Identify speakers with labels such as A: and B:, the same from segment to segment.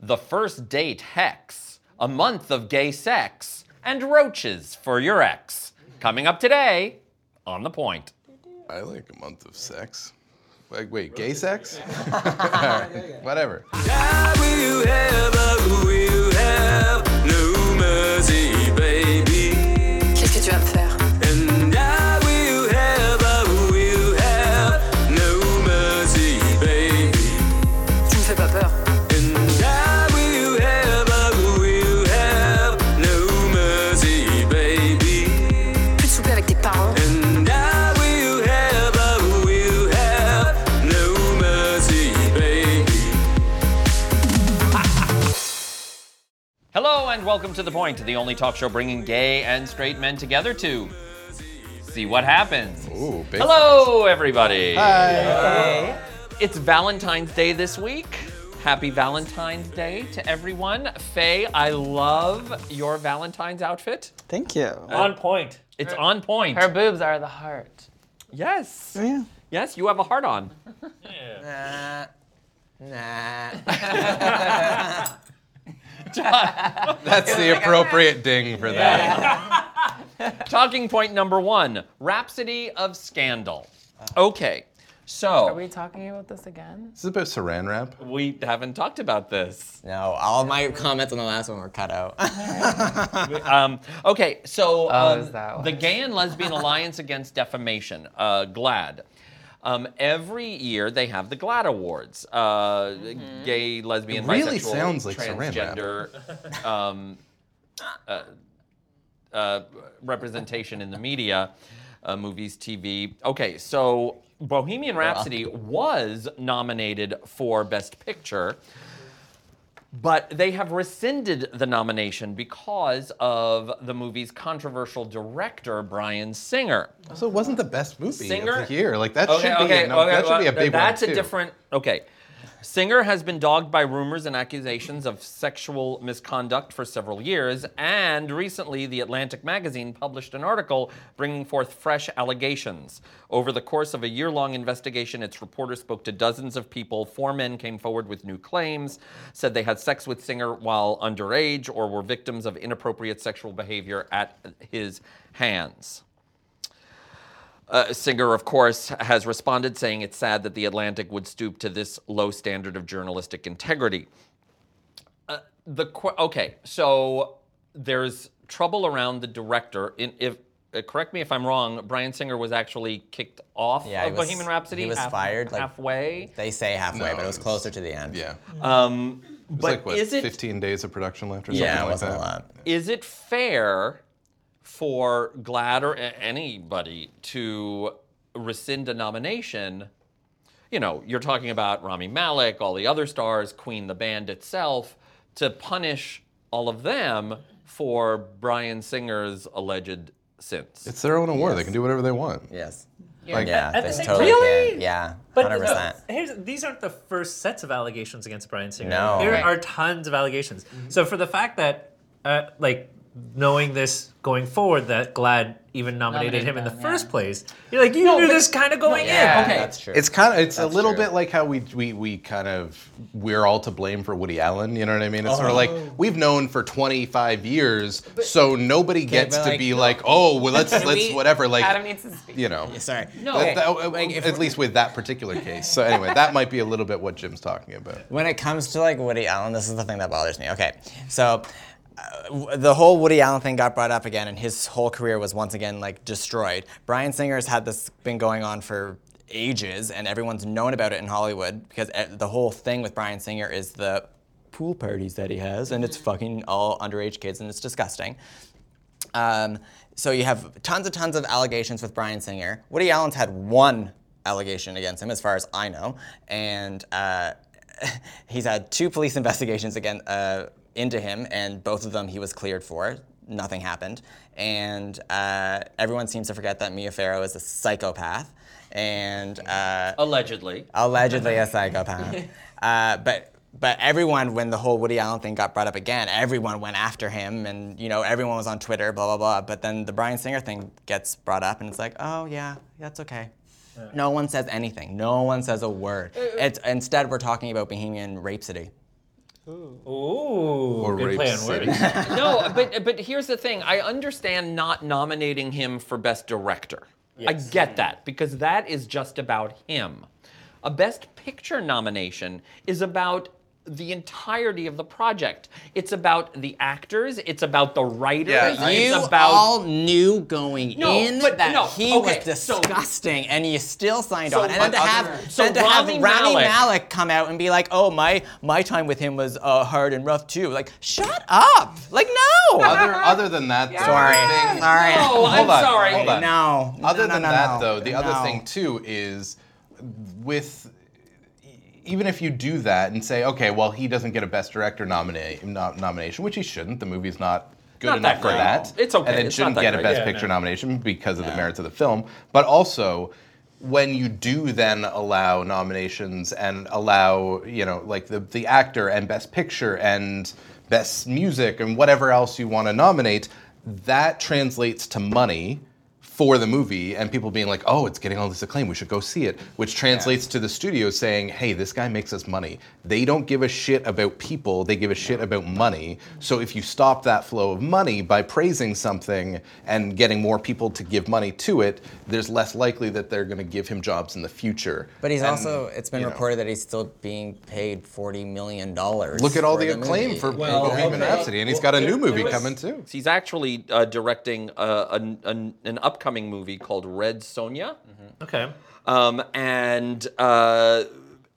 A: the first date hex, a month of gay sex, and roaches for your ex. Coming up today on The Point.
B: I like a month of sex. Like, wait, gay sex? Alright, Whatever.
C: Qu'est-ce que tu vas me faire Tu me fais pas peur. Plus de souper avec tes parents.
A: Hello, and welcome to The Point, the only talk show bringing gay and straight men together to see what happens.
B: Ooh, big
A: Hello, everybody. Hi. It's Valentine's Day this week. Happy Valentine's Day to everyone. Faye, I love your Valentine's outfit.
D: Thank you.
E: On point.
A: It's on point.
F: Her boobs are the heart.
A: yes.
D: yeah.
A: Yes, you have a heart on.
F: Nah.
B: That's the appropriate ding for that.
A: Talking point number one Rhapsody of Scandal. Okay,
F: Are
A: so
F: we talking about this again?
B: Is this about saran wrap?
A: we haven't talked about this.
G: No, all my comments on the last one were cut out.
A: Um, okay, so um,
F: Oh, is that
A: the
F: why?
A: Gay and Lesbian Alliance Against Defamation, uh, GLAD. Um, every year they have the GLAD Awards. Uh, Gay, lesbian,
B: It really
A: bisexual,
B: sounds like Saran Wrap.
A: transgender um, uh, uh, representation in the media, uh, movies, TV. Okay, so Bohemian Rhapsody was nominated for Best Picture. But they have rescinded the nomination because of the movie's controversial director, Brian Singer.
B: So it wasn't the best movie
A: Singer?
B: of the year. Like that should be a, no, that should be a
A: well,
B: big
A: That's
B: one too.
A: a different. Okay. Singer has been dogged by rumors and accusations of sexual misconduct for several years, and recently The Atlantic magazine published an article bringing forth fresh allegations. Over the course of a year long investigation, its reporter spoke to dozens of people. Four men came forward with new claims, said they had sex with Singer while underage or were victims of inappropriate sexual behavior at his hands. Uh, Singer, of course, has responded saying it's sad that The Atlantic would stoop to this low standard of journalistic integrity. Uh, the qu- okay, so there's trouble around the director. In, if uh, correct me if I'm wrong, Brian Singer was actually kicked off
G: Yeah, he
A: of
G: was-
A: Bohemian Rhapsody.
G: he was fired, like-
A: halfway.
G: they say halfway,
B: No,
G: but it was
B: it was-
G: closer to the end.
B: Yeah.
A: Um,
B: It's
A: but
B: like what,
A: is it
B: 15 days of production left or something
G: Yeah, it
B: like
G: wasn't
B: that?
G: a lot.
A: is it fair for Glad or a- anybody to rescind a nomination? You know, you're talking about Rami Malek, all the other stars, Queen, the band itself, to punish all of them for Brian Singer's alleged sins.
B: It's their own award. They can do whatever they want.
G: Yes.
B: Like,
G: Yeah,
E: At the
G: they
E: same
G: totally
E: time-
G: can. Yeah,
E: But
G: hundred percent.
E: no, here's, these aren't the first sets of allegations against Brian Singer.
G: No.
E: There
G: Right.
E: are tons of allegations. So for the fact that, uh, like, knowing this going forward, that Glad even nominated,
F: Nominated
E: him in the
F: them,
E: first place, you're like, you knew this kind of going
F: yeah.
E: in.
F: Okay.
G: That's true.
B: It's kind of it's a
G: That's
B: little
G: true.
B: bit like how we, we we kind of we're all to blame for Woody Allen. You know what I mean? It's sort of like we've known for 25 years, so nobody gets
G: but
B: to
G: like-
B: be like, oh, well, let's
G: Can
B: let's
G: we-
B: whatever. Like
F: Adam needs to speak.
B: you know.
G: Sorry. No.
B: That- that-
G: Like, if
B: at
G: we-
B: least with that particular case. So anyway, that might be a little bit what Jim's talking about.
G: When it comes to like Woody Allen, this is the thing that bothers me. Okay, so uh, w- the whole Woody Allen thing got brought up again, and his whole career was once again like destroyed. Brian Singer's had this been going on for ages, and everyone's known about it in Hollywood because uh, the whole thing with Brian Singer is the pool parties that he has, and it's fucking all underage kids, and it's disgusting. Um, so you have tons and tons of allegations with Brian Singer. Woody Allen's had one allegation against him, as far as I know, and uh, he's had two police investigations again uh, into him, and both of them he was cleared for. Nothing happened, and uh, everyone seems to forget that Mia Farrow is a psychopath, and. Uh,
A: Allegedly.
G: allegedly a psychopath. Uh, but but everyone, when the whole Woody Allen thing got brought up again, everyone went after him, and you know everyone was on Twitter, blah blah blah. But then the Brian Singer thing gets brought up, and it's like, oh yeah, that's okay. No one says anything. No one says a word. It's, instead, we're talking about Bohemian Rhapsody.
E: Ooh,
B: Or
E: good
B: Rape
E: play on
B: City.
E: words.
A: no, but but here's the thing. I understand not nominating him for best director. I
B: Mm.
A: get that because that is just about him. A best picture nomination is about the entirety of the project. It's about the actors. It's about the writers.
B: Yeah, I-
A: it's
G: You
A: about
G: all knew going
A: No,
G: in
A: but
G: that
A: no,
G: he
A: okay,
G: was
A: so-
G: disgusting, and you still signed
A: So
G: on. And then
A: but
G: to
A: other-
G: have,
A: so
G: then to have
A: Rami
G: Rami
A: Malek-
G: Malek. come out and be like, "Oh, my my time with him was uh, hard and rough too." Like, shut up! Like, no.
B: Other, other than that, though, the
G: Sorry. Oh,
B: thing-
G: Sorry.
A: No, I'm
B: Hold on,
A: sorry.
B: hold on.
G: No.
B: Other
G: No, no,
B: than
G: no,
B: that,
G: no.
B: though, the
G: No.
B: other thing too is with even if you do that and say, okay, well, he doesn't get a best director nomina- no- nomination, which he shouldn't. The movie's not good
A: Not that
B: enough for
A: great.
B: that.
A: It's okay,
B: And it
A: it's
B: shouldn't
A: not that
B: get a
A: great.
B: best
E: Yeah,
B: picture
E: no.
B: nomination because of the merits of the film. But also, when you do then allow nominations and allow, you know, like the the actor and best picture and best music and whatever else you want to nominate, that translates to money for the movie and people being like, oh, it's getting all this acclaim, we should go see it, which translates to the studio saying, hey, this guy makes us money. They don't give a shit about people, they give a shit about money. So if you stop that flow of money by praising something and getting more people to give money to it, there's less likely that they're going to give him jobs in the future.
G: But he's
B: And
G: also, it's been reported that he's still being paid $40 million.
B: Look at all
G: for
B: the acclaim
G: movie.
B: for
E: Well,
B: Bohemian
E: okay.
B: Rhapsody, and he's got a
E: Well,
B: new
E: there-
B: movie
E: there was-
B: coming too.
A: He's actually uh, directing uh, an, an, an upcoming movie called Red Sonja.
B: Mm-hmm.
E: Okay.
A: Um, and uh,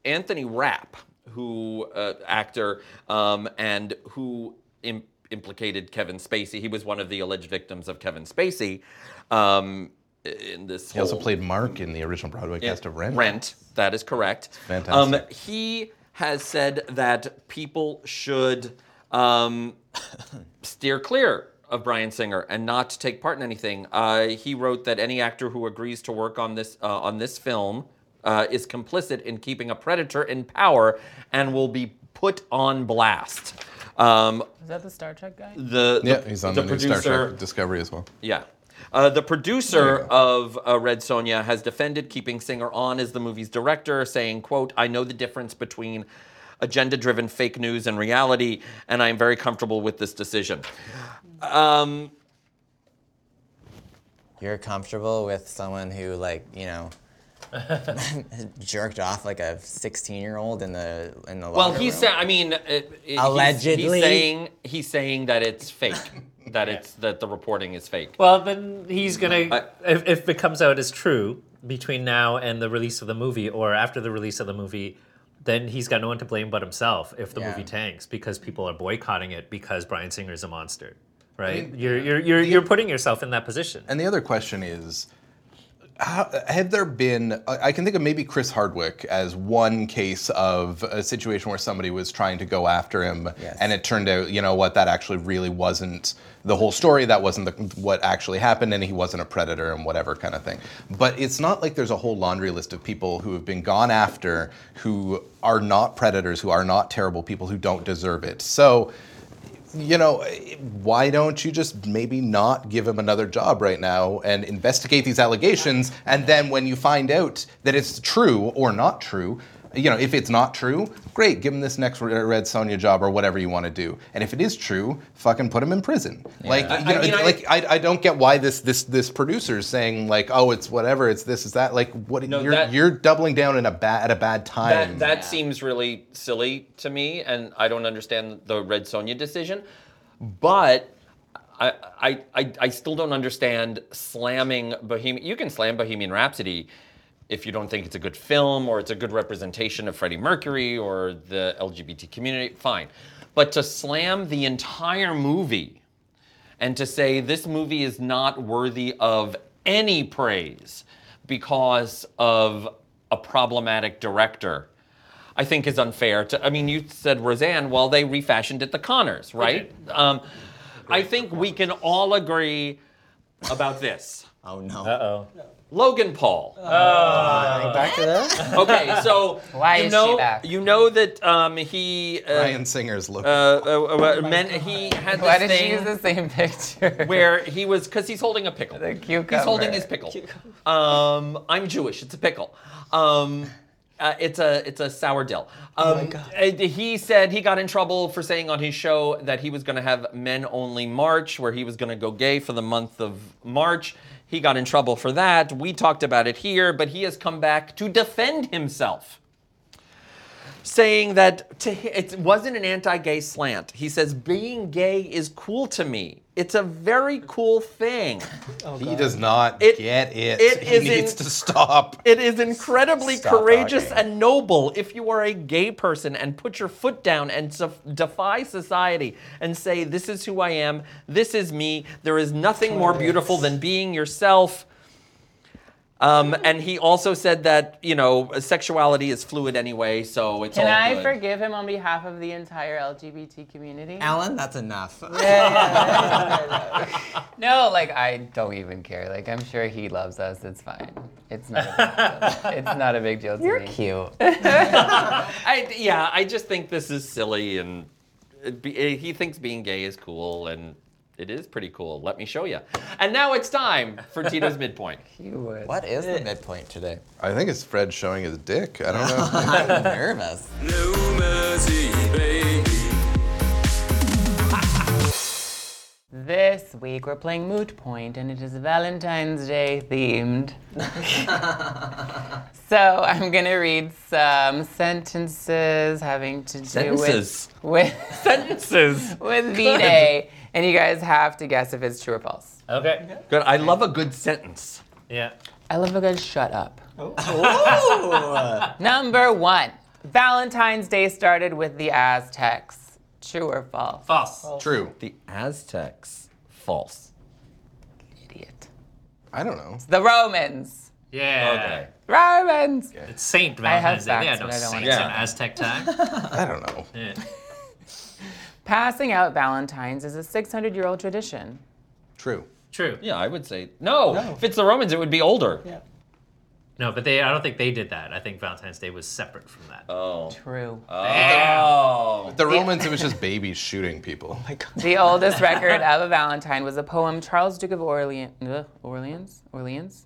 A: Anthony Rapp, who uh, actor um, and who im- implicated Kevin Spacey, he was one of the alleged victims of Kevin Spacey um, in this.
B: He also
A: whole-
B: played Mark in the original Broadway cast of Rent.
A: Rent. That is correct.
B: Fantastic.
A: Um, he has said that people should um, steer clear of Brian Singer and not take part in anything. Uh, he wrote that any actor who agrees to work on this uh, on this film uh, is complicit in keeping a predator in power and will be put on blast. Um,
F: Is that the Star Trek guy?
A: the, the-
B: Yeah, he's on the,
A: the
B: new
A: producer
B: Star Trek Discovery as well.
A: yeah. Uh, the producer of uh, Red Sonja has defended keeping Singer on as the movie's director, saying, quote, I know the difference between agenda-driven fake news and reality, and I am very comfortable with this decision. Um,
G: You're comfortable with someone who, like, you know, jerked off like a 16 year old in the in the
A: well,
G: locker
A: he
G: room.
A: said, I mean, it- it- he's- he's,
G: Allegedly.
A: saying, he's saying that it's fake, that it's that the reporting is fake.
E: Well, then he's gonna.
A: I-
E: if, if it comes out as true between now and the release of the movie, or after the release of the movie, then he's got no one to blame but himself if the
G: Yeah.
E: movie tanks because people are boycotting it because Brian Singer is a monster, right? you're you're you're, you're putting yourself in that position.
B: And the other question is, how, had there been? I I can think of maybe Chris Hardwick as one case of a situation where somebody was trying to go after him,
G: Yes.
B: and it turned out, you know what, that actually really wasn't the whole story. That wasn't the, what actually happened, and he wasn't a predator and whatever kind of thing. But it's not like there's a whole laundry list of people who have been gone after who are not predators, who are not terrible people, who don't deserve it. So you know, why don't you just maybe not give him another job right now and investigate these allegations? And then when you find out that it's true or not true, you know, if it's not true, great, give him this next Re- Red Sonja job or whatever you want to do. And if it is true, fucking put him in prison. Like, you know,
A: I mean, I-
B: like I, I don't get why this this this producer is saying like, oh, it's whatever, it's this, it's that. Like, what
A: No,
B: you're
A: that-
B: you're doubling down in a bad at a bad time.
A: That, that seems really silly to me, and I don't understand the Red Sonja decision. But I, I, I, I still don't understand slamming Bohemian. You can slam Bohemian Rhapsody if you don't think it's a good film or it's a good representation of Freddie Mercury or the LGBT community. Fine, but to slam the entire movie and to say this movie is not worthy of any praise because of a problematic director, I think is unfair. To I mean, you said Roseanne. Well, they refashioned it the Connors, right? Um, I think we can all agree about this.
G: Oh no.
E: Uh-oh.
A: Logan Paul.
G: Back to this?
A: Okay, so
F: Why
A: you
F: is she
A: know
F: back?
A: you know that um, he uh,
B: Ryan Singer's look.
A: uh, uh, uh, men, he had this
F: Why did
A: thing
F: she use the same picture?
A: where he was because he's holding a pickle.
F: The
A: He's holding
F: cucumber.
A: his pickle. Um, I'm Jewish. It's a pickle. Um, Uh, it's a it's a sour dill.
F: Oh
A: Um, uh, He said he got in trouble for saying on his show that he was going to have men only March, where he was going to go gay for the month of March. He got in trouble for that. We talked about it here, but he has come back to defend himself saying that to hi- it wasn't an anti-gay slant. He says being gay is cool to me. It's a very cool thing.
B: he does not
A: Oh, It-
B: get it.
A: it
B: he
A: is in-
B: needs to stop.
A: It is incredibly
G: Stop
A: courageous
G: talking.
A: and noble if you are a gay person and put your foot down and su- defy society and say this is who I am, this is me. There is nothing more beautiful than being yourself. Um, and he also said that you know sexuality is fluid anyway, so it's
F: Can
A: all
F: I
A: good.
F: forgive him on behalf of the entire LGBT community?
G: Alan, that's enough.
F: No, like I don't even care. Like I'm sure he loves us. It's fine. It's not. A big deal. It's not a big deal to me.
G: Cute.
A: I, yeah, I just think this is silly, and it be, eh, he thinks being gay is cool, and it is pretty cool. Let me show you. And now it's time for Tito's midpoint.
F: You would.
G: What is the midpoint today?
B: I think it's Fred showing his dick. I don't know.
G: I'm nervous.
F: This week we're playing Moot Point, and it is Valentine's Day themed. so I'm gonna read some sentences having to do
A: Sentences.
F: with with
A: Sentences.
F: with V Day, and you guys have to guess if it's true or false.
E: Okay.
A: Good. I love a good sentence.
E: Yeah.
F: I love a good shut up.
G: Ooh.
F: Number one, Valentine's Day started with the Aztecs. True or false?
E: False.
B: True.
A: The Aztecs. False.
F: Idiot.
B: I don't know.
F: The Romans.
E: Yeah.
F: Romans.
E: It's Saint
F: have
E: Valentine's Day.
F: facts,
E: Yeah, no
F: but I don't
E: saints
F: like
A: them.
E: in Aztec time.
B: I don't know.
E: yeah.
F: Passing out Valentines is a 600 year old tradition.
B: True.
E: True.
A: Yeah, I would say no. If it's the Romans, it would be older.
E: No, but they. I don't think they did that. I think Valentine's Day was separate from that.
A: Oh.
F: True.
A: Oh.
B: The Romans, it was just babies shooting people.
F: The oldest record of a Valentine was a poem Charles Duke of Orleans. Orleans? Orleans?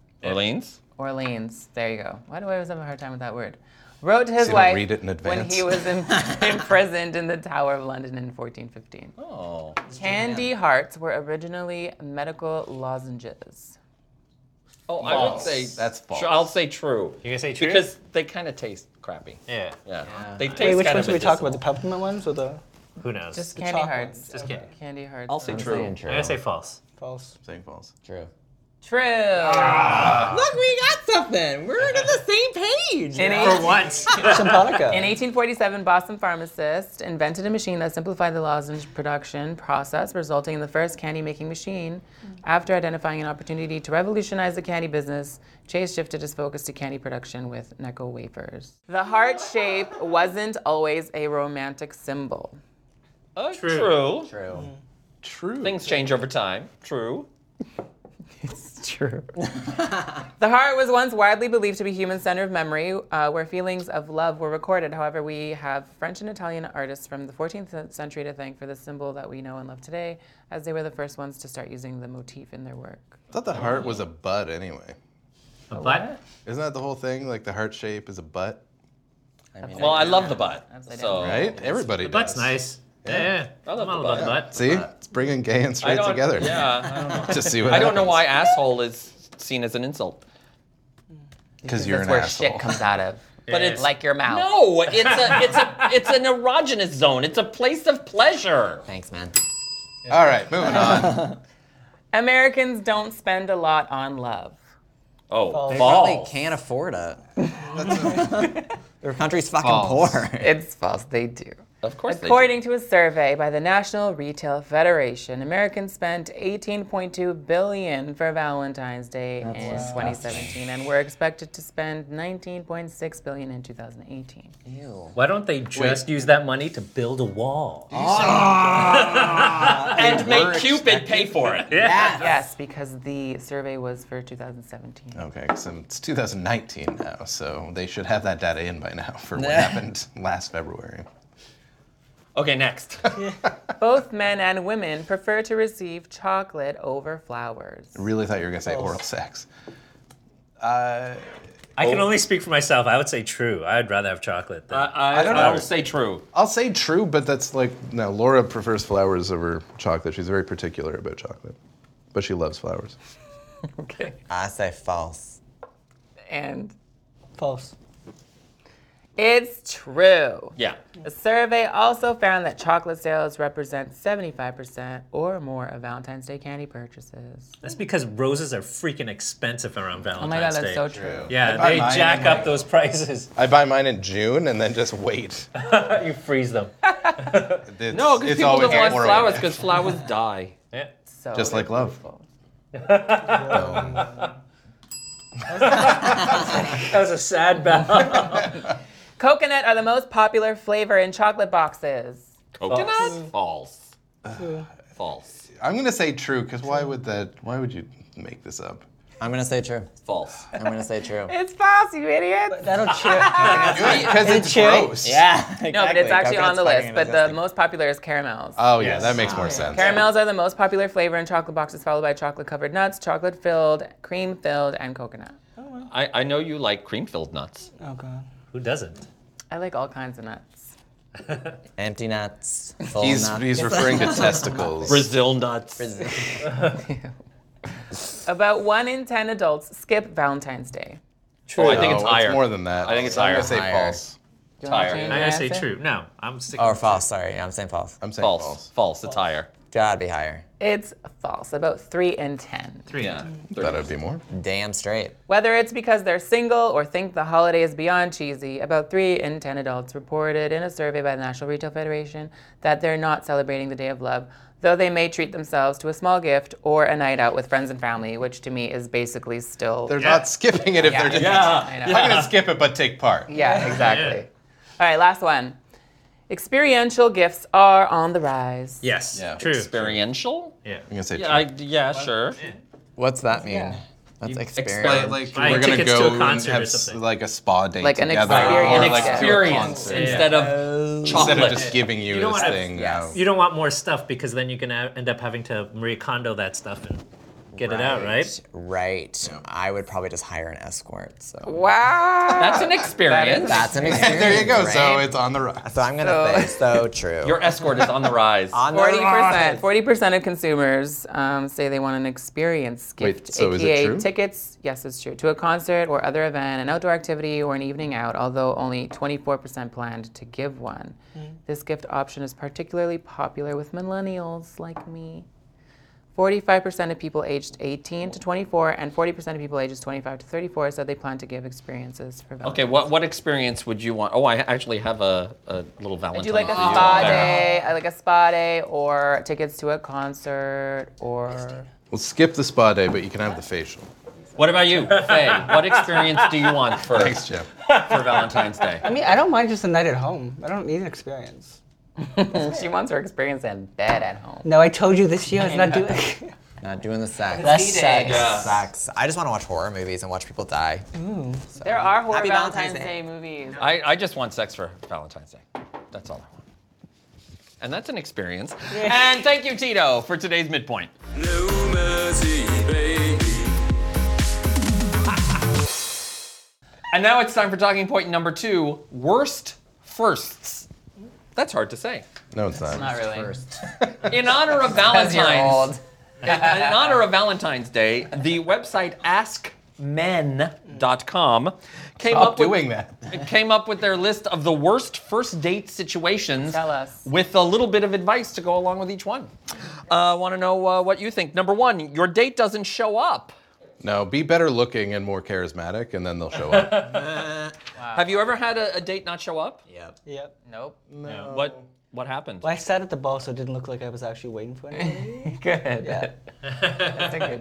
A: Orleans.
F: Orleans. There you go. Why do I always have a hard time with that word? Wrote to
B: See,
F: his
B: don't
F: wife
B: read it in
F: when
B: advance.
F: he was in, imprisoned in the Tower of London in 1415.
A: Oh.
F: Candy hearts were originally medical lozenges.
A: Oh, I would say
B: That's false.
A: I'll say true.
E: You're gonna say true?
A: because they kind of taste crappy.
E: yeah.
A: Yeah. They taste.
D: Wait, which
A: kind
D: ones
A: of
D: did we talk about?
A: medicinal.
D: The peppermint ones or the
E: Who knows?
F: Just
E: Just,
F: candy
D: chocolate.
F: hearts.
E: kidding.
F: Candy hearts.
A: I'll say
F: only.
A: true.
G: true.
E: I'm gonna say false.
D: false?
B: Saying false.
G: True.
F: True.
G: Look, we got something. We're on the same page.
F: In eight-
E: For once.
D: Sympatica.
F: In 1847, Boston pharmacists invented a machine that simplified the lozenge production process, resulting in the first candy making machine. After identifying an opportunity to revolutionize the candy business, Chase shifted his focus to candy production with Necco wafers. The heart shape wasn't always a romantic symbol.
A: Uh,
E: True.
A: True.
G: True.
B: Mm. True.
A: Things change over time. True.
F: It's true. the heart was once widely believed to be human center of memory, uh, where feelings of love were recorded. However, we have French and Italian artists from the 14th cen- century to thank for the symbol that we know and love today, as they were the first ones to start using the motif in their work.
B: I thought the heart was a butt anyway.
E: A butt.
B: Isn't that the whole thing? Like the heart shape is a butt,
A: Well, I love the butt.
F: Upside
A: So
B: right? Everybody
E: The
B: does.
E: butt's nice. Yeah. yeah.
A: I love
E: I'm all
A: the
E: about the
A: butt.
E: butt.
B: See, it's bringing gay and
A: I
B: straight
A: don't,
B: together.
A: Yeah, I don't know.
B: To see what
A: I don't know
B: happens.
A: why asshole is seen as an insult.
B: Because you're
F: That's
B: an
F: where
B: asshole.
F: shit comes out of,
A: But it's
F: like your mouth.
A: no, it's a it's a it's an erogenous zone. It's a place of pleasure.
G: Thanks, man.
B: All right, moving on.
F: Americans don't spend a lot on love.
A: Oh,
D: They
G: Probably
A: false.
G: can't afford it. Their country's fucking poor.
F: It's false. They do.
A: Of course. they do.
F: According to a survey by the National Retail Federation, Americans spent 18.2 billion for Valentine's Day in 2017 and were expected to spend 19.6 billion in 2018.
G: Ew.
E: Why don't they just use that money to build a wall?
A: and make Cupid pay for it.
F: Yes, because the survey was for 2017.
B: Okay, so it's 2019 now, so they should have that data in by now for what
G: Yeah.
B: happened last February.
A: Okay, next.
F: Both men and women prefer to receive chocolate over flowers.
B: Really thought you were gonna say oral sex. Uh,
E: I can only speak for myself. I would say true. I'd rather have chocolate. Than,
A: I, I,
B: I don't
A: I will
B: know.
A: say true.
B: I'll say true, but that's like no. Laura prefers flowers over chocolate. She's very particular about chocolate, but she loves flowers.
F: Okay.
G: I say false.
F: And
G: False.
F: it's true.
A: Yeah.
F: A survey also found that chocolate sales represent 75% or more of Valentine's Day candy purchases.
E: that's because roses are freaking expensive around
F: Oh
E: Valentine's
F: my God, that's
E: Day.
F: so true.
E: Yeah,
B: I buy
E: they
B: mine
E: jack
B: in,
E: up
B: like-
E: those prices.
B: I buy mine in June and then just wait.
E: you freeze them.
B: It's,
A: No, because
B: it's
A: people
B: always
A: don't want
B: horrible.
A: flowers because flowers die.
E: Yeah.
F: So
B: Just like love.
F: beautiful.
E: That was a sad bow.
F: Coconut are the most popular flavor in chocolate boxes.
A: Coconut? Oh, False. False.
B: I'm gonna say true because why would that? Why would you make this up?
G: I'm gonna say true.
A: False.
G: I'm gonna say true.
F: It's false, you idiots.
G: That'll cheer.
B: Because it's gross.
G: yeah. Exactly.
F: No, but it's actually on
G: Coconut's
F: the
G: fucking
F: list. But the
G: disgusting.
F: most popular is caramels.
B: Oh yeah, that makes more sense.
F: Caramels are the most popular flavor in chocolate boxes, followed by chocolate covered nuts, chocolate filled, cream filled, and coconut.
A: I, I know you like cream filled nuts.
G: Oh god.
E: Who doesn't?
F: I like all kinds of nuts.
G: Empty nuts. Full
B: He's
G: nuts.
B: he's referring to testicles.
A: Brazil nuts.
F: About one in 10 adults skip Valentine's Day.
A: Oh, I think
B: No,
A: it's higher.
B: more than that.
A: I think it's
B: I'm
A: higher.
B: gonna say
G: Higher.
B: false.
F: Do you wanna
A: Tired.
F: change
E: I
F: your
E: gotta say
F: answer?
E: true. No, I'm sticking.
G: Or
E: with
G: Oh, false. Sorry, I'm saying false.
B: I'm saying
A: False.
B: false.
A: False. It's higher.
G: Gotta be higher.
F: It's false. About three in 10.
E: Three.
A: Yeah.
B: Thought it'd be more.
G: Damn straight.
F: Whether it's because they're single or think the holiday is beyond cheesy, about 3 in 10 adults reported in a survey by the National Retail Federation that they're not celebrating the Day of Love, though they may treat themselves to a small gift or a night out with friends and family, which to me is basically still.
B: They're not skipping it if they're just.
A: Yeah.
F: I know.
B: I'm gonna skip it, but take part.
F: Yeah, exactly. All right, last one. Experiential gifts are on the rise.
E: Yes.
B: Yeah.
E: True.
A: Experiential?
E: Yeah.
B: I'm gonna say
A: Yeah, I, yeah sure.
G: What's that mean? That's
B: But
G: experience.
B: like
E: Buy
B: we're gonna
E: tickets
B: go
E: to a
B: and
E: concert or
B: have s-
E: something.
B: like a spa date
F: Like an
B: together,
F: experience.
B: or
A: An
B: like to a
A: experience
B: concert.
A: instead of chocolate.
B: instead of just giving you,
E: You don't
B: this
E: wanna-
B: thing.
F: Yes.
B: now.
E: You don't want more stuff because then you can a- end up having to Marie Kondo that stuff and get it out, right?
G: Right. I would probably just hire an escort. So
F: Wow.
A: That's an experience.
G: that's an experience.
B: there you go. So
G: right?
B: it's on the rise.
G: So I'm gonna
F: So-
G: say so true.
A: Your escort is on the rise.
G: on the
F: Forty
G: rise.
F: percent. Forty percent of consumers um, say they want an experience
B: Wait,
F: gift,
B: so is it
F: aka
B: true?
F: tickets. Yes, it's true. To a concert or other event, an outdoor activity, or an evening out. Although only twenty-four percent planned to give one.
A: Mm.
F: This gift option is particularly popular with millennials like me. Forty-five percent of people aged eighteen to twenty-four, and forty percent of people ages twenty-five to thirty-four said they plan to give experiences for Valentine's.
A: Okay, Uh, what what experience would you want? Oh, I actually have a, a little Valentine.
F: Do you like a
A: for you.
F: spa
A: There.
F: day, I like a spa day, or tickets to a concert, or
B: We'll skip the spa day, but you can have the facial.
A: What about you, Faye? What experience do you want for,
B: Thanks, Jim.
A: for Valentine's Day?
D: I mean, I don't mind just a night at home. I don't need an experience.
F: She wants her experience in bed at home.
D: No, I told you this year I was not doing it.
G: Not doing the sex.
F: That's sex.
A: Yeah.
G: Sex. I just want to watch horror movies and watch people die.
F: There are horror
G: Happy Valentine's
F: Valentine's,
G: Day.
F: Day. movies.
A: I, I just want sex for Valentine's Day. That's all I want. And that's an experience. And thank you, Tito, for today's midpoint.
H: No mercy, baby.
A: And now it's time for talking point number two worst firsts. That's hard to say.
B: No, it's not.
F: Not really.
A: In honor of Valentine's
F: you're old.
A: in, in honor of Valentine's Day, the website askmen.com came
B: Stop
A: up with,
B: doing that.
A: came up with their list of the worst first date situations
F: Tell us.
A: with a little bit of advice to go along with each one. Uh, Want to know uh, what you think. Number one, your date doesn't show up.
B: No, be better looking and more charismatic, and then they'll show up.
A: Have you ever had a, a date not show up?
G: Yep.
D: yep.
F: Nope.
A: What What happened?
D: Well, I sat at the bar, so it didn't look like I was actually waiting for anybody.
F: Good.
D: yeah.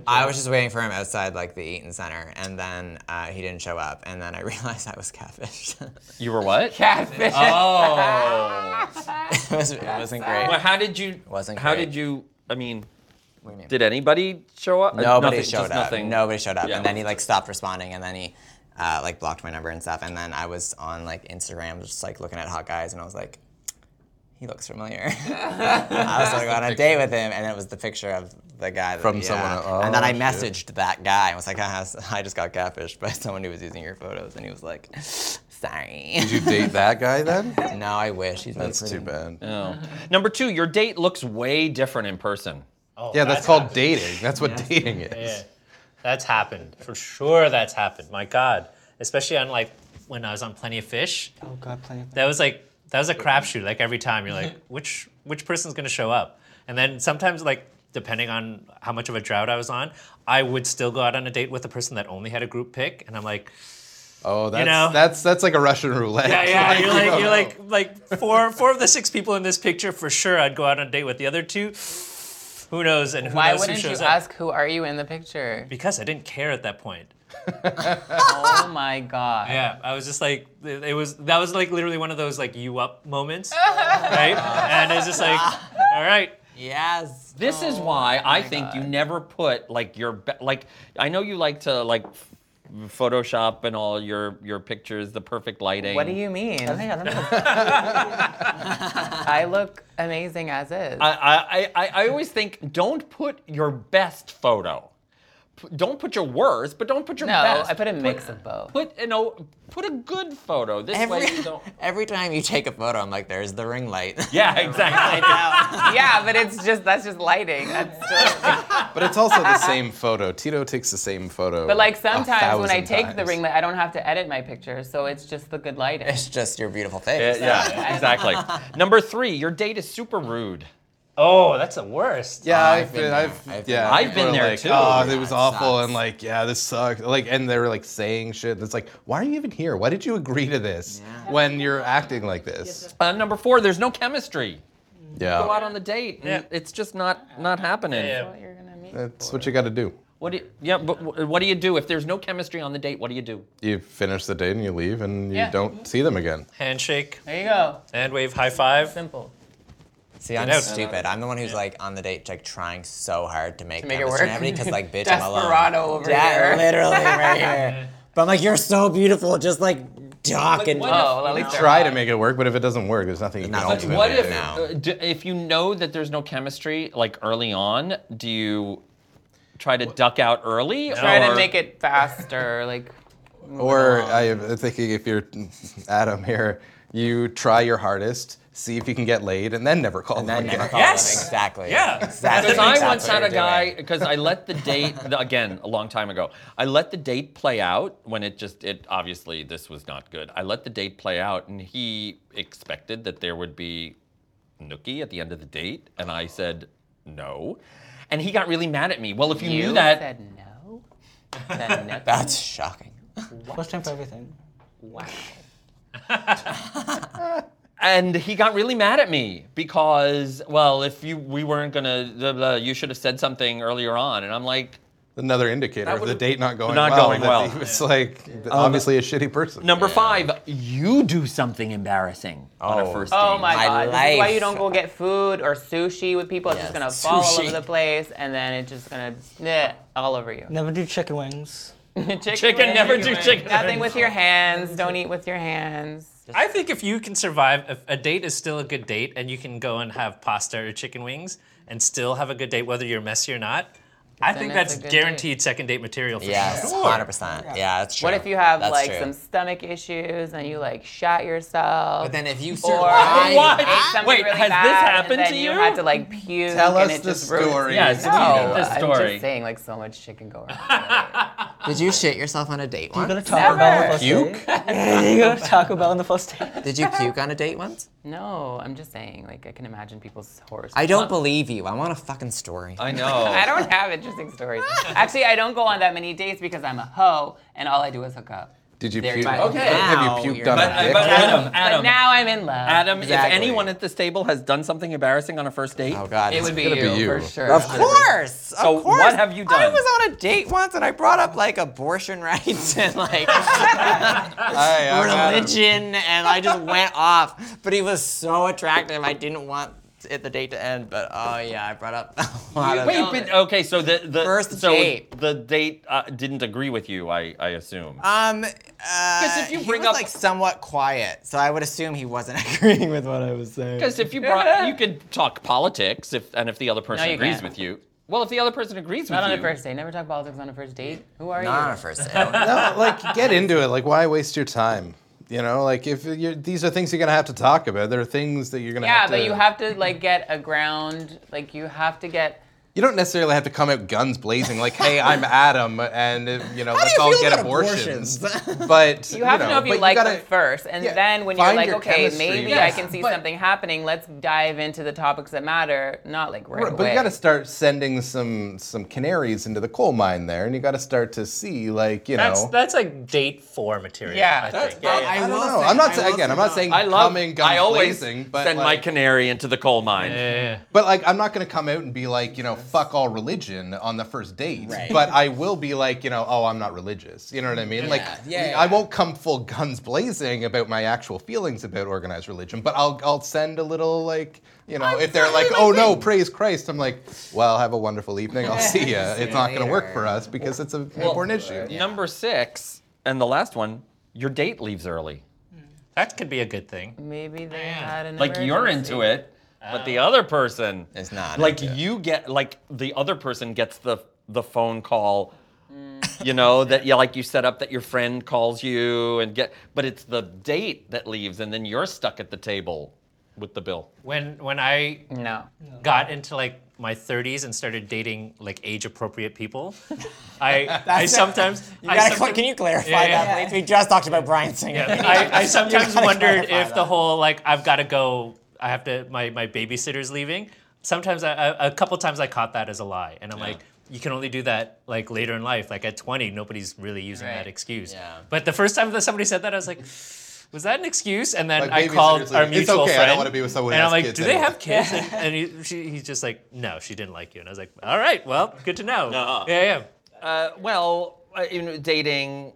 G: I was just waiting for him outside like the Eaton Center, and then uh, he didn't show up, and then I realized I was catfished.
A: You were what?
F: Catfish.
A: Oh.
G: it, was, it wasn't great.
A: well, how did you?
G: Wasn't
A: how
G: great.
A: did you? I mean,
G: What do you mean?
A: did anybody show up? Uh,
G: Nobody
A: nothing,
G: showed
A: just
G: up.
A: Nothing.
G: Nobody showed up,
A: Yeah.
G: and then he like stopped responding, and then he uh, like blocked my number and stuff, and then I was on like Instagram just like looking at hot guys, and I was like, he looks familiar. I was like on a date with him, and it was the picture of the guy. That,
B: From
G: yeah.
B: someone el-
G: and then
B: oh,
G: I
B: shit.
G: messaged that guy and was like, "Ah, I just got catfished by someone who was using your photos, and he was like, sorry.
B: Did you date that guy then?
G: no, I wish. He's really
B: That's too
G: pretty.
B: bad.
A: No. Number two, your date looks way different in person.
E: Oh,
B: Yeah, that's called dating. That's what dating is.
E: Yeah, that's happened for sure. That's happened. My God, especially on like when I was on Plenty of Fish,
D: Oh god, plenty of
E: that was like that was a crapshoot. Like every time you're like, which which person's gonna show up? And then sometimes like depending on how much of a drought I was on, I would still go out on a date with a person that only had a group pick, and I'm like,
B: Oh, that's
E: know?
B: that's that's like a Russian roulette.
E: yeah, yeah. You're like,
B: don't
E: you're
B: know.
E: like, like four, four of the six people in this picture for sure. I'd go out on a date with the other two. Who knows? And who
F: Why
E: knows who
F: wouldn't you
E: shows up?
F: ask who are you in the picture?
E: Because I didn't care at that point.
F: oh my god.
E: Yeah, I was just like, it it was that was like literally one of those like you up moments, right? And it's just like, all right,
G: Yes.
A: This is
G: Oh
A: why I think you never put like your be- like I know you like to like f- Photoshop and all your your pictures, the perfect lighting.
F: What do you mean?
D: I don't know.
F: I look amazing as is.
A: I, I, I, I always think don't put your best photo. P- don't put your worst, but don't put your
F: no,
A: best.
F: I put a mix of both.
A: Put you know, put a good photo. This way you
G: Every,
A: don't.
G: every time you take a photo, I'm like, there's the ring light.
A: Yeah, exactly.
F: yeah, but it's just that's just lighting. That's still,
B: But it's also the same photo. Tito takes the same photo.
F: but like
B: a
F: sometimes when I
B: thousand
F: take the
B: times.
F: ring light, I don't have to edit my picture, so it's just the good lighting.
G: it's just your beautiful face.
A: yeah, exactly. Number three, your date is super rude.
E: oh, that's the worst.
B: Yeah, I've,
G: been
B: been,
G: there.
B: I've,
G: I've been
B: yeah,
G: there.
A: I've
B: people
A: been
B: are
A: there
B: like,
A: too.
B: Oh, it was
G: it
B: awful,
G: sucks.
B: and like, yeah, this sucks. Like, and they were like saying shit. It's like, why are you even here? Why did you agree to this when you're acting like this?
A: Uh, number four, there's no chemistry. Go out
B: Yeah,
A: on the date. and
E: Yeah.
A: It's just not not happening.
E: Yeah.
F: What you're gonna meet.
B: that's what you got to do.
A: What do you, yeah, but wh- what do you do if there's no chemistry on the date? What do you do?
B: You finish the date and you leave, and you
F: Yeah. Mm-hmm.
B: don't see them again.
E: Handshake,
F: There you go.
E: hand wave, high five.
F: Simple.
G: See, I'm
E: know.
G: stupid. I'm the one who's like on the date, like trying so hard to make,
F: make it
G: chemistry
F: work.
G: and everything, 'cause, like, bitch, I'm alone.
F: Desperado over
G: Yeah,
F: here.
G: literally right here. But I'm like, you're so beautiful. Just like talk and
A: what
F: Oh, well, at least they're
B: Try to
F: hot.
B: make it work, but if it doesn't work, there's nothing you can
G: Nothing. But
B: ultimately
A: What if
B: do.
G: now.
A: uh, d- if you know that there's no chemistry like early on? Do you try to duck out early?
F: Try
A: or-
F: to make it faster, like
B: Or I'm thinking if you're Adam here, you try your hardest, see if you can get laid, and then never call them
G: Then
B: again.
G: never call
E: Yes.
G: them. Exactly.
E: Yeah.
G: Exactly.
A: Because I
G: That's
A: once
G: what
A: had a
G: you're
A: guy
G: doing.
A: because I let the date the- again a long time ago. I let the date play out when it just it obviously this was not good. I let the date play out, and he expected that there would be nookie at the end of the date, and I said no, and he got really mad at me. Well, if you,
F: you
A: knew that,
F: said no. Said no.
G: That's shocking.
D: First time for everything.
A: and he got really mad at me because well, if you we weren't gonna, blah, blah, you should have said something earlier on, and I'm like.
B: Another indicator of the
A: would've-
B: date not going
A: Not
B: well.
A: going
B: that
A: well.
B: he was like obviously a shitty person.
A: Number five, you do something embarrassing on a first date.
F: Oh my,
G: My
F: god! This is why
G: life.
F: you don't go get food or sushi with people. It's just gonna
G: Yes,
F: fall all
G: sushi.
F: over the place, and then it's just gonna bleh, all over you.
D: Never do chicken wings.
F: chicken,
A: Chicken, never do chicken.
F: Nothing with your hands. Don't eat with your hands.
E: I think if you can survive, if a date is still a good date, and you can go and have pasta or chicken wings, and still have a good date whether you're messy or not. I
F: Then
E: think
F: it's
E: that's
F: a good
E: guaranteed second date material for
G: Yes,
E: sure.
G: 100%. Yeah, that's true.
F: What if you have
G: That's
F: like
G: true.
F: some stomach issues and you like shot yourself?
G: But then if you
F: or
G: survive,
F: you
A: What?
F: ate something
A: Wait,
F: really
A: has this
F: bad, and
A: happened
F: then
A: to
F: you?
A: you?
F: had to like puke.
B: Tell
F: and
B: us
F: it Oh.
B: the
F: just ruins-
B: story.
A: Yes,
F: No,
A: read the
F: I'm
A: story.
F: just saying, like so much shit can go wrong.
G: did you shit yourself on a date
D: You go to
G: once?
D: Taco Bell on the first
B: Puke?
D: date. Yeah, you go to Taco Bell on the first date.
G: Did you puke on a date once?
F: no, I'm just saying, like I can imagine people's horror.
G: I don't believe you. I want a fucking story.
A: I know.
F: I don't have interesting stories. Actually, I don't go on that many dates because I'm a hoe and all I do is hook up.
B: Did you
F: There
B: puke?
F: you go. Okay.
G: Now
B: Have you puked
G: you're
B: on
A: But,
B: a dick?
A: but Adam,
F: but
A: Adam,
F: now I'm in love.
A: Adam, if
G: Exactly.
A: anyone at this table has done something embarrassing on a first date,
G: Oh god.
F: it would be you,
B: be you.
F: for sure.
G: Of course.
A: So
G: of course.
A: what have you
G: I
A: done?
G: was on a date once and I brought up like abortion rights and like
B: Hi, I'm Adam.
G: religion and I just went off. But he was so attractive. I didn't want it the date to end, but oh yeah, I brought up a lot of.
D: Wait, but okay, so the, the
G: First
D: so
G: date.
D: the date uh, didn't agree with you, I, I assume.
G: Um,
D: Because
G: uh,
D: if you
G: he
D: bring
G: was
D: up-
G: like somewhat quiet, so I would assume he wasn't agreeing with what I was saying.
D: Because if you brought, you could talk politics, if and if the other person
F: you
D: agrees
F: can't.
D: with you. Well, if the other person agrees
F: Not
D: with
F: on
D: you,
F: a first date. Never talk politics on a first date. Who are
G: Not on
F: you?
G: a first date.
B: no, like get into it. Like why waste your time? You know, like if you're, these are things you're gonna have to talk about. There are things that you're gonna
F: Yeah,
B: have to.
F: but you have to like get a ground. Like you have to get.
B: You don't necessarily have to come out guns blazing. Like, hey, I'm Adam, and uh, you know, let's all get abortions. But
F: You have to know if
B: but
F: you like
B: gotta-
F: them first, and
B: yeah,
F: then when you're
B: find
F: like,
B: your
F: okay,
B: chemistry
F: maybe
B: with-
F: I can see
B: But-
F: something happening. Let's dive into the topics that matter. Not like right,
B: Right,
F: away.
B: but you got to start sending some some canaries into the coal mine there, and you got to start to see, like, you
E: That's
B: know.
E: that's like date four material.
F: Yeah,
E: I
F: that's
E: think.
F: fine.
G: I,
B: I
G: will
B: don't know.
G: say-
B: I'm not
G: I
B: saying
G: will
B: again.
G: say
B: I'm not
G: no.
B: saying
D: I love.
B: coming guns
D: I always
B: blazing, but
D: send my
B: like,
D: canary into the coal mine.
E: Yeah.
B: But like, I'm not going to come out and be like, you know, fuck all religion on the first date.
G: Right.
B: But I will be like, you know, oh, I'm not religious. You know what I mean? Like,
G: yeah, yeah.
B: I won't come full guns blazing about my actual feelings about organized religion. But I'll I'll send a little like, you know, if they're like, oh no, praise Christ, I'm like, well, have a wonderful evening. I'll see you. It's not going to work for us because it's an important issue.
D: Number six and the last one, your date leaves early.
E: That could be a good thing.
F: maybe they
E: Yeah.
F: had an
D: Like you're into it, but the other person
G: Is not
D: Like
G: into it.
D: you get like the other person gets the the phone call. You know that you like you set up that your friend calls you and get, but it's the date that leaves, and then you're stuck at the table with the bill.
E: When when I
F: No.
E: got into like my 30s and started dating like age appropriate people, I I
G: it.
E: sometimes
G: You
E: I
G: gotta
E: someti-
G: cl- can you clarify
E: Yeah, yeah.
G: that, please? We just talked about Brian Singer.
E: Yeah, I, I sometimes
G: gotta
E: wondered
G: clarify
E: if the
G: that.
E: whole like I've got to go, I have to my my babysitter's leaving. Sometimes I, I a couple times I caught that as a lie, and I'm like, you can only do that like later in life. Like at 20, nobody's really using
G: Right.
E: that excuse.
G: Yeah.
E: But the first time that somebody said that, I was like. Was that an excuse? And then
B: Like,
E: I called
B: babysitter's
E: our
B: leaving. It's
E: mutual
B: okay, I
E: friend.
B: don't wanna be with someone who
E: and I'm
B: has
E: like,
B: kids
E: do they
B: anyway."
E: have kids? And, and he, she, he's just like, no, she didn't like you. And I was like, all right, well, good to know. Yeah, yeah.
D: Uh, well, uh, you know, dating,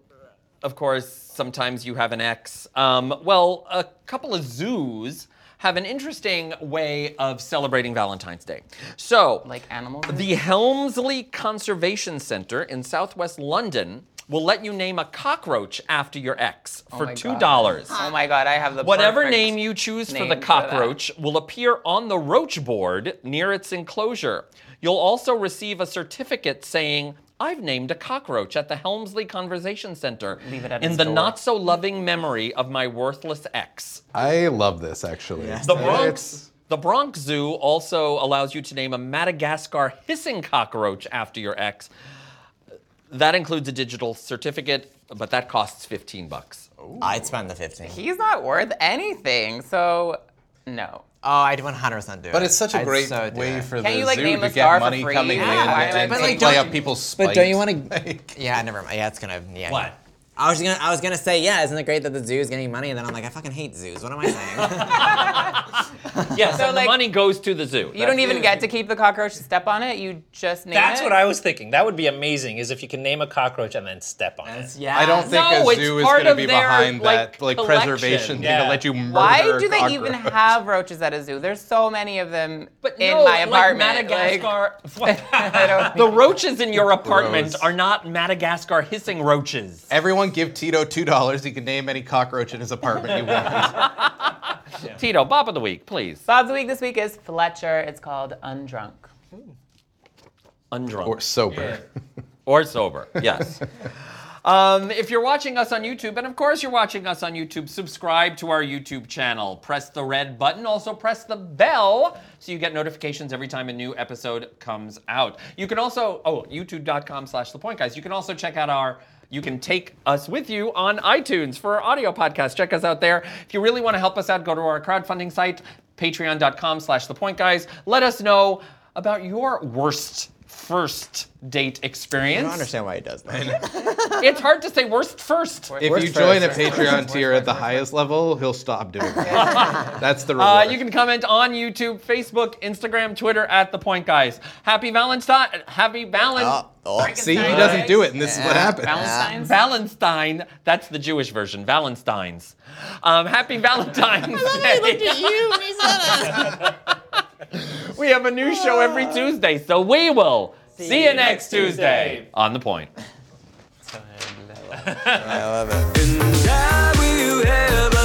D: of course, sometimes you have an ex. Um, well, a couple of zoos have an interesting way of celebrating Valentine's Day. So,
F: Like animal zoos?
D: The Helmsley Conservation Center in southwest London will let you name a cockroach after your ex for
F: my
D: two
F: God.
D: dollars.
F: Oh my god, I have the
D: Whatever
F: perfect-
D: name you choose for
F: name
D: the
F: for that.
D: cockroach will appear on the roach board near its enclosure. You'll also receive a certificate saying, I've named a cockroach at the Helmsley Conversation Center
F: Leave it at
D: in
F: his
D: the
F: door."
D: not so loving memory of my worthless ex.
B: I love this actually.
D: The
B: It's-
D: Bronx. The Bronx Zoo also allows you to name a Madagascar hissing cockroach after your ex. That includes a digital certificate, but that costs 15 bucks.
G: I'd spend the 15.
F: He's not worth anything. So no.
G: Oh, I'd 100% do it.
B: But it's such a
G: I'd
B: great
G: so do
B: way
G: it.
B: for
F: Can't
B: the
F: you, like,
B: zoo
F: name
B: to
F: a star
B: get
F: for
B: money
F: free?
B: coming
F: Yeah,
B: in
F: why
B: and
F: would I
B: then
F: But, like,
B: play
G: don't
B: up
G: you-
B: people's spite.
G: but don't you wanna-
B: Like,
G: Yeah, never mind. Yeah, it's gonna. Yeah.
E: What?
G: I was gonna. I was gonna say yeah. Isn't it great that the zoo is getting money? And then I'm like, I fucking hate zoos. What am I saying?
D: Yes, and
F: like,
D: the money goes to the zoo.
F: You don't even get to keep the cockroach to step on it. You just name
E: That's
F: it.
E: what I was thinking. That would be amazing, is if you can name a cockroach and then step on it.
G: yeah.
B: I don't think
D: No,
B: a
D: it's
B: zoo is going
D: part
B: to
D: of
B: be
D: their,
B: behind
D: like,
B: that like
D: collection.
B: preservation thing
E: Yeah.
B: to let you murder.
F: Why
B: a
F: do they even
B: cockroach.
F: have roaches at a zoo? There's so many of them
D: But
F: in
D: no,
F: my apartment.
D: Like
F: like-
D: Madagascar. the roaches in your apartment
B: Gross.
D: are not Madagascar hissing roaches.
B: Everyone give Tito two dollars. He can name any cockroach in his apartment you want.
D: Tito, Bob of the Week, please.
F: Bob's the week this week is Fletcher. It's called Undrunk.
D: Undrunk.
B: or sober.
D: or sober. Yes. Um, if you're watching us on YouTube, and of course you're watching us on YouTube, subscribe to our YouTube channel. Press the red button. Also, press the bell so you get notifications every time a new episode comes out. You can also, oh, youtube.com slash the point guys. You can also check out our. You can take us with you on iTunes for our audio podcast. Check us out there. If you really want to help us out, go to our crowdfunding site, patreon.com slash the point guys. Let us know about your worst first date experience
G: I don't understand why he does that.
D: it's hard to say worst first.
B: If
G: Worst
B: you join a
G: first.
B: Patreon tier at the highest level, he'll stop doing that. That's the reward.
D: Uh, you can comment on YouTube, Facebook, Instagram, Twitter at the Point Guys. Happy Valentine! Happy Valen
G: oh, oh.
B: see. He doesn't do it, and this is what happens.
F: Valentine's.
D: Valentine. That's the Jewish version. Valentine's. Um, happy Valentine's Day.
G: you.
D: We have a new show every Tuesday, so we will Ah. see, you next Tuesday
I: Tuesday.
D: on the point.
J: I love it.
C: And I will ever